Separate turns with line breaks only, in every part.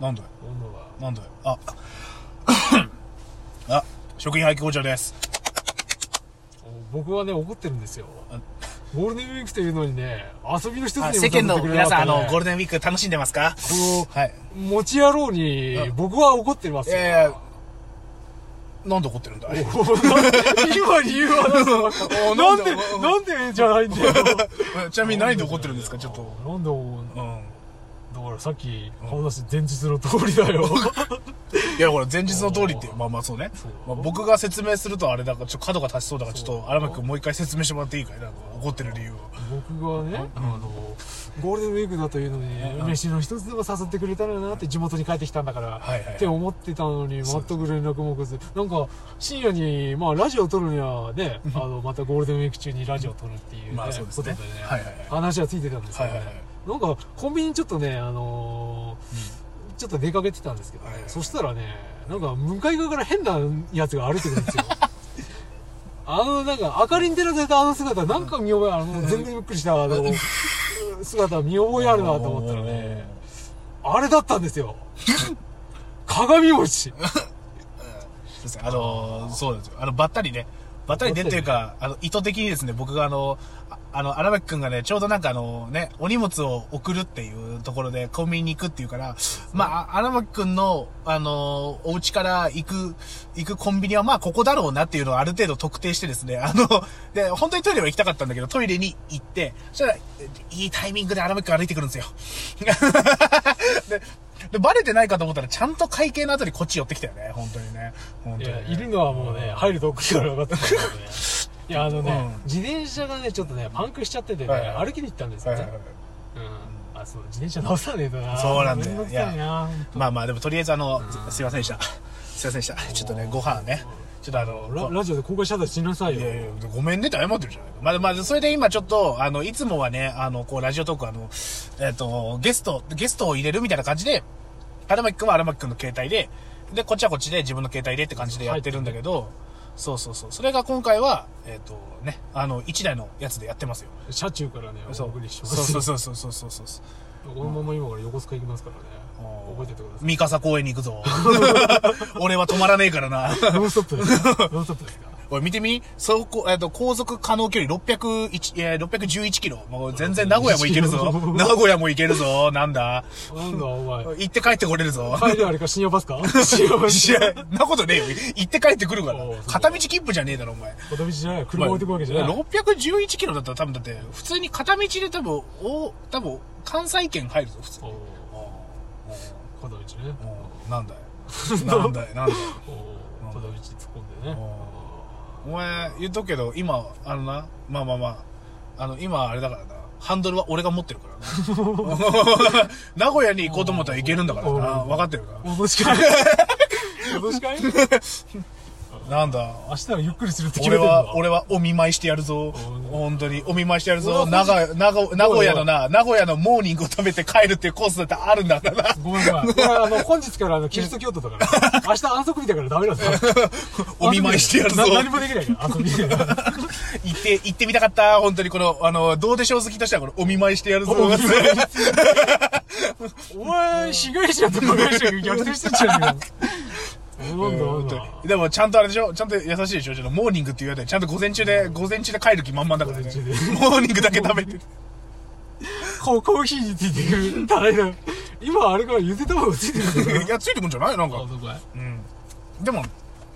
なんだよ
温度が
なんだよあ あ食品廃棄紅茶です
僕はね怒ってるんですよ
あ
ゴールデンウィークというのにね遊びの一つにも
あ世間の
誘ってくれ
皆
なか
さんあ
ったね
のゴールデンウィーク楽しんでますか
こ
はい
の持ち野郎に僕は怒ってますよ、
えー、なんで怒ってるんだい
おなんで今理由は
お
な
なんん
で
で
なんでなんでじゃないんだよ
えちなみに何で怒ってるんですかちょっと
なんでお
うん
だからさっき話した前日の通り だよ
いやほら前日の通りってまあまあそうね
そう
まあ、僕が説明するとあれだからちょっと角が立ちそうだからちょっと荒牧君もう一回説明してもらっていいかいなんか怒ってる理由を
僕がね、あのゴールデンウィークだというのに、飯の一つでも誘ってくれたらなって地元に帰ってきたんだから、
はいはい
って思ってたのに全く連絡も来ずなんか深夜に、まあ、ラジオ撮るにはねあのまたゴールデンウィーク中にラジオ撮るっていう,、
まあそうですね
ことでね、
はいはいはい
話はついてたんですけどね、
はいはいは
なんかコンビニちょっとね、あのーちょっと出かけてたんですけど、ね
はいはい
そしたらねなんか向かい側から変なやつが歩いてくるん ですよあのなんか明かりに照らされたあの姿なんか見覚えあの全然びっくりしたあの姿見覚えあるなと思ったらねあれだったんですよ鏡餅
そうですねあのーそうですよあのばったりねばったりねっていうかあの意図的にですね僕があのああの荒牧君がねちょうどなんかあのねお荷物を送るっていうところでコンビニに行くっていうからまああ荒牧君のあのーお家から行く行くコンビニはまあここだろうなっていうのをある程度特定してですねあので本当にトイレは行きたかったんだけどトイレに行ってそしたらいいタイミングで荒牧君歩いてくるんですよ ででバレてないかと思ったらちゃんと会計の後にこっち寄ってきたよね本当にね本
い
当に
や
ね
いるのはもうね入るとこから分かったんだ けどねいやあのね、
うん
自転車がねちょっとねパンクしちゃっててね、
はいはい
歩きに行ったんですよ
はい
ね、
はいはい
うんあそう自転車直さねえとな
そうなんだよ
めどくさいな
まあまあでもとりあえずあのすすいませんでしたすいませんでしたちょっとねご飯ねちょっとあの
ラ
こ
ラジオで公開したらしなさい
い
よ
やいやごめんねって謝ってるじゃないまあまあそれで今ちょっとあのいつもはねあのこうラジオトークあのえっ、とゲストゲストを入れるみたいな感じで荒牧くんは荒牧くんの携帯ででこっちはこっちで自分の携帯でって感じでやってるんだけどそうそうそうそれが今回はえっ、とねあの1台のやつでやってますよ
車中からねお
そう
送りします
そうそうそうそうそうそうそう
このまま今から横須賀行きますからね
おー
覚えてってください
三笠公園に行く ぞ俺は止まらねえからな
ノンストップです かノンストップですか。
おい、見てみ走行、えっと、航続可能距離601、えー、611キロ。もう全然名古屋も行けるぞ 名古屋も行けるぞ。なんだ。
なんだお前
行って帰ってこれるぞ。
帰りはあれか深夜 バスか深夜バス
いや、なことねえよ。行って帰ってくるから
おうそう。
片道切符じゃねえだろ、お前。
片道じゃない車
まあ
置いてくわけじゃない
611キロだったら多分だって、普通に片道で多分、お、多分、関西圏入るぞ、普通。
おー片道ね
おおなんだよ。 なんだよ、なんだよ。
おー片道突っ込んでね
お前、言っとくけど、今、あのな、まあまあまあ、あの、今、あれだからな、ハンドルは俺が持ってるからな。 名古屋に行こうと思ったらいけるんだからな。
うん
分かってるか
おどしかいおどし かい
ら。なんだ。
明日はゆっくりするって決め
俺
てんだ
は、俺はお見舞いしてやるぞ。本当に、お見舞いしてやるぞ。名古屋、名古名古屋のな、名古屋のモーニングを食べて帰るっていうコースだってあるんだからな。
ごめんごめん。これあの、本日からあの、キリスト教徒だ から。明日安息日だからダメなんだよ。
お見舞いしてやるぞ
な。何もできないから、遊び
行
で。
って、行ってみたかった。本当にこの、あの、どうでしょう好きとしてはこの、お見舞いしてやるぞ。
お見舞いお前、被害者と加害者が逆転してんじゃねえか。なんだなんだ。
でもちゃんとあれでしょちゃんと優しいでしょちょっとモーニングって言われてちゃんと午前中で午前中で帰る気満々だからね
午前中
モーニングだけ食べて
ココーヒーについてくる。たらいな。今、あれからゆで卵がついてくる
いやついてくんじゃないなんか
から。
うんでも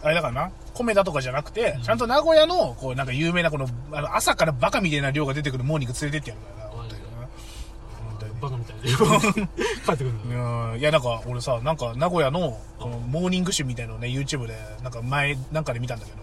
あれだからな米だとかじゃなくて、ちゃんと名古屋のこうなんか有名なこのあの朝からバカみたいな量が出てくるモーニング連れてってやるからな本当にな本当に
バカみたいな。帰ってくるんだ。
うんいやなんか俺さなんか名古屋のこのモーニング集みたいのをね YouTube でなんか前なんかで見たんだけど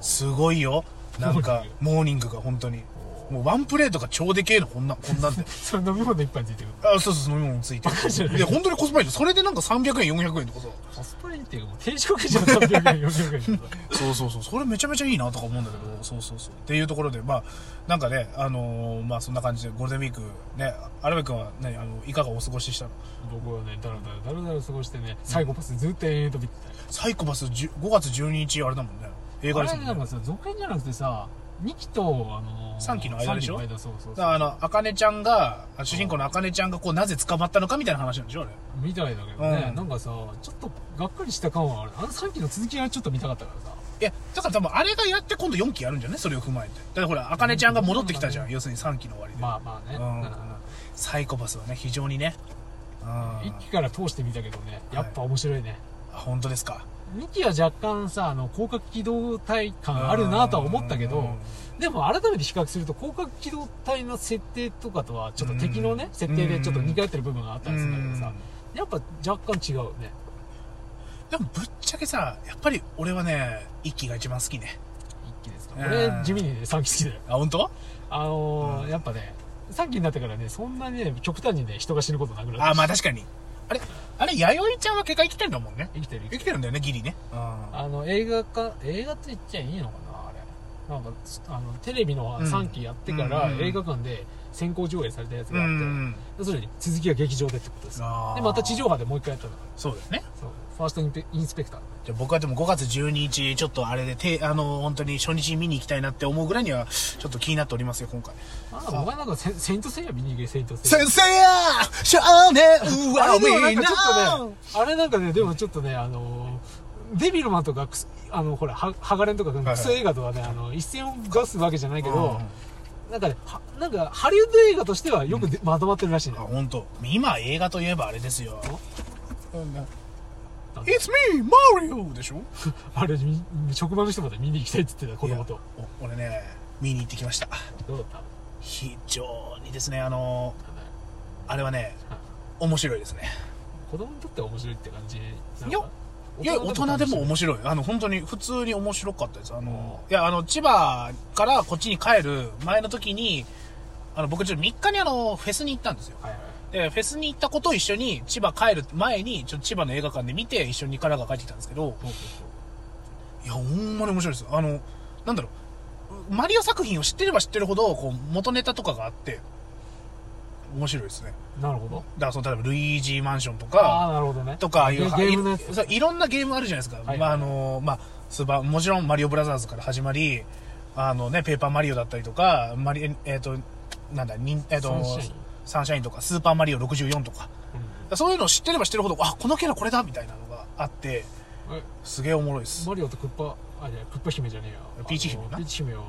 すごいよなん かモーニングが本当にもうワンプレートが超でけえのこんなこんなんで
それ飲み物一杯ついてくる。
あそうそう飲み物ついて
じゃな
る
い
いや本当にコスパいいよそれでなんか300円400円とかさ
コスパいいっていうか、もう定食じゃん、300円、400円。
そうそうそうそれめちゃめちゃいいなとか思うんだけどそうそうそうっていうところでまあなんかねあのーまあそんな感じでゴールデンウィークね荒部君は何あのいかがお過ごしでしたの
僕はね、だらだらだらだら過ごしてね、最後パスずっと延々と見てたよ。
サイコパス10 5月12日あれだもんね映画
あ
です
れ
もん
なん
ね
かさ続編じゃなくてさ2期とあの
3期の間でしょ
3期の間そうそ
だか
うそう
らあの、あかねちゃんが、あ主人公のあかねちゃんがこう、なぜ捕まったのかみたいな話なんでしょあれ。
みたいだけどね、
うん
なんかさちょっとがっかりした感はあるあの3期の続きがちょっと見たかったからさ
いや、だから多分あれがやって今度4期やるんじゃないそれを踏まえて。だからほら、あかねちゃんが戻ってきたじゃん。要するに3期の終わりで。
まあまあね、
うんサイコパスはね、非常にね。うん。
一
あ、
期から通してみたけどねやっぱ面白いね、
本当ですか。
二期は若干さあの広角機動隊感あるなとは思ったけ
うん
どでも改めて比較すると広角機動隊の設定とかとはちょっと敵のね
うん
設定でちょっと似通ってる部分があったりするんだけどさやっぱ若干違うね
でもぶっちゃけさ、やっぱり俺はね、1期が一番好きね。
一期ですか
うん
俺地味にね3期好きだよ
あ、本当？
あのー
うん
やっぱね3期になってからねそんなにね極端にね人が死ぬことなくなった
あ、まあ確かに。あれ、あれ、弥生ちゃんは結果生きてるんだもんね。
生きてる生
生き
きてる
てるんだよね、ギリね。うん。
あの映画化映画って言っちゃいいのかなあれなんかつあのテレビの
うん
3期やってから、
うん
映画館で先行上映されたやつ
う
があって、
ん。
要するに続きが劇場でってことですよ
あー
でまた地上波でもう一回やったんだから
そうですね。
そうファーストインペインスペクター
じゃあ僕はでも5月12日、ちょっとあれで、て、あの、本当に初日に見に行きたいなって思うぐらいには、ちょっと気になっておりますよ、今回。
あなんかお前なんかセセイントセイヤ見に行けセイントセイヤ
先生や少年
あ
は
れでも
み
なんん
な
かちょっとねあれなんかねでもちょっとねあのーデビルマンとかクスあのほらハハガレンとか
はい
クソ映画とはね、あの一線を出すわけじゃないけど、
う
なんかねはなんかハリウッド映画としてはよくでまとまってるらしいね
んあ、、本当。今映画といえばあれですよ。
なんだ
It's me, Mario! でしょ
あれみ職場の人まで見に行きたいって言ってた子供
い
と
やお俺ね、見に行ってきました。
どうだった
非常にですね、あの、あれはね、面白いですね。
子供にとっては面白いって感じなのか
いやいや、大人でも面白い。あの、本当に、普通に面白かったです。あの、いや、あの、千葉からこっちに帰る前の時に、あの、僕ちょっと3日にあの、フェスに行ったんですよ。
はいはい
で、フェスに行ったことを一緒に、千葉帰る前に、ちょっと千葉の映画館で見て、一緒に神奈川帰ってきたんですけど、
そうそうそう
いや、ほんまに面白いです。あの、なんだろう、マリオ作品を知ってれば知ってるほど、こう、元ネタとかがあって、面白いですね。
なるほど
だから、その、例えば、ルイージーマンションとか、
ああなるほどね
とか、ああいう、
ゲゲームのやつ
いそういろんなゲームあるじゃないですか。
はい
まあ、あの、まあ、スーパー、もちろんマリオブラザーズから始まり、あのね、ペーパーマリオだったりとか、マリ、ええっ、と、なんだ、ニンえっ、と、
サンシャイン
サンシャインとか、スーパーマリオ64とか、そういうのを知ってれば知ってるほど、あ、このキャラこれだみたいなのがあって、
うんえ
すげえおもろいです。
マリオとクッパあじゃクッパ姫じゃねえや
ピーチ姫な
あのピーチ姫は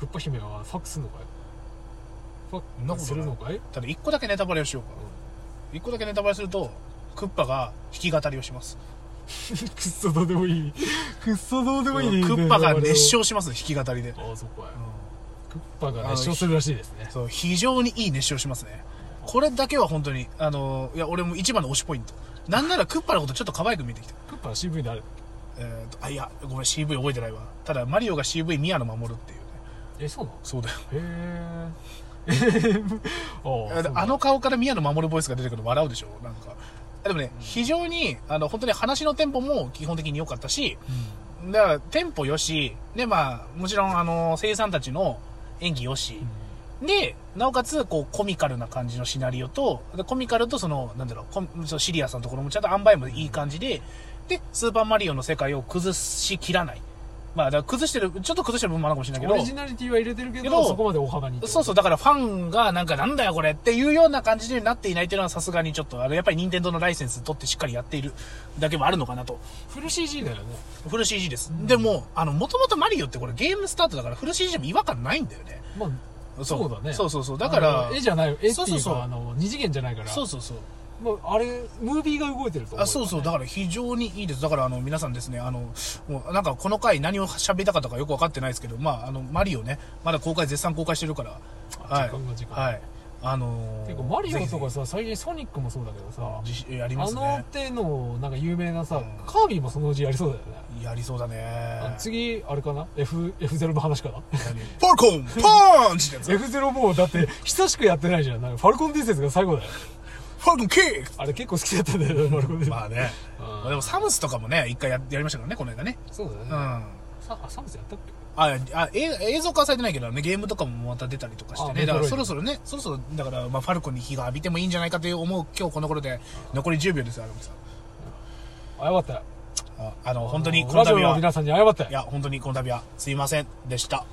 クッパ姫はファックスのかいファ
んなことな
ッ
い
クスするのかい
ただ、一個だけネタバレをしようか。一個だけネタバレすると、クッパが弾き語りをします。
くっそどうでもいいくっそどうで
ク
もいい
ッパが熱唱します、弾き語りで。
ああそっか
うん
クッパが熱唱するらしいですね
そう、非常にいい熱唱しますね。これだけは本当に、あの、いや、俺も一番の推しポイント。なんならクッパのことちょっと可愛く見えてきた。
クッパは CV である
えーと、あ、いや、ごめん、CV 覚えてないわ。ただ、マリオが CV 宮野守るっていうね。
えそうなの
そうだよ。
へーえーああそう
あの顔から宮野守るボイスが出てくるの笑うでしょなんか。あでもね、非常に、あの、本当に話のテンポも基本的に良かったし、だから、テンポ良し、で、まあ、もちろん、あの、声優さんたちの演技良し、で、なおかつ、こう、コミカルな感じのシナリオと、でコミカルと、その、なんだろう、コミそのシリアスなところもちゃんと塩梅もいい感じで、で、スーパーマリオの世界を崩しきらない。まあ、だから崩してる、ちょっと崩してる部分もあるかもしれないけ
オリジ
ど、
ナリティは入れてるけど
けど
そこまで大幅に
そうそう、だからファンがなんかなんだよこれっていうような感じになっていないっていうのはさすがにちょっと、あの、やっぱり任天堂のライセンス取ってしっかりやっているだけもあるのかなと。
フル CG だよね
フル CG です。でも、あの、もともとマリオってこれゲームスタートだからフル CG も違和感ないんだよね。
まあそうだね
そうそうそう。だから
あの、絵じゃない絵っていうか
そうそうそう
あの二次元じゃないから
そうそうそう。
まあ、あれムービーが動いてると思うよ、
あそうそう、だから非常にいいです。だからあの、皆さんですね、あの、もうなんかこの回何を喋りたかったかよくわかってないですけど、まあ、あの、マリオね、まだ公開、絶賛公開してるから、
あ
はい
時間が時間が
はい。あのー、
てかマリオ
ぜひ
と
ぜ
かさ最近ソニックもそうだけどさ、
ひじやりま
あ
す
の
ね。
手のなんか有名なさ、
うん
カービィもそのうちやりそうだよね、
やりそうだね
あ。次あれかな F F0 の話かな
何ファルコンパンチってやつ
F0 もうだって久しくやってないじゃんなんかファルコン伝説が最後だよ
ファルコンキッ
あれ結構好きだったんだよねファルコ
ク
ン伝説、
まあね。
うん
まあでもサムスとかもね、一回ややりましたからね、この間ね。
そうだね、
うん。あ、
さあサムスやったっけ
あ映映像化はされてないけどね、ゲームとかもまた出たりとかして
あ
ね。だか
メトロ
ら
イド
そろそろね、そろそろ、だから、まあ、ファルコンに火が浴びてもいいんじゃないかという思う今日この頃で、残り10秒ですよ、アルミさん。
あ謝ったよ
ああの、本当にこの
ラジオ
度
の
は、い
皆さんに謝ったよ
や、本当にこの度は、すいませんでした。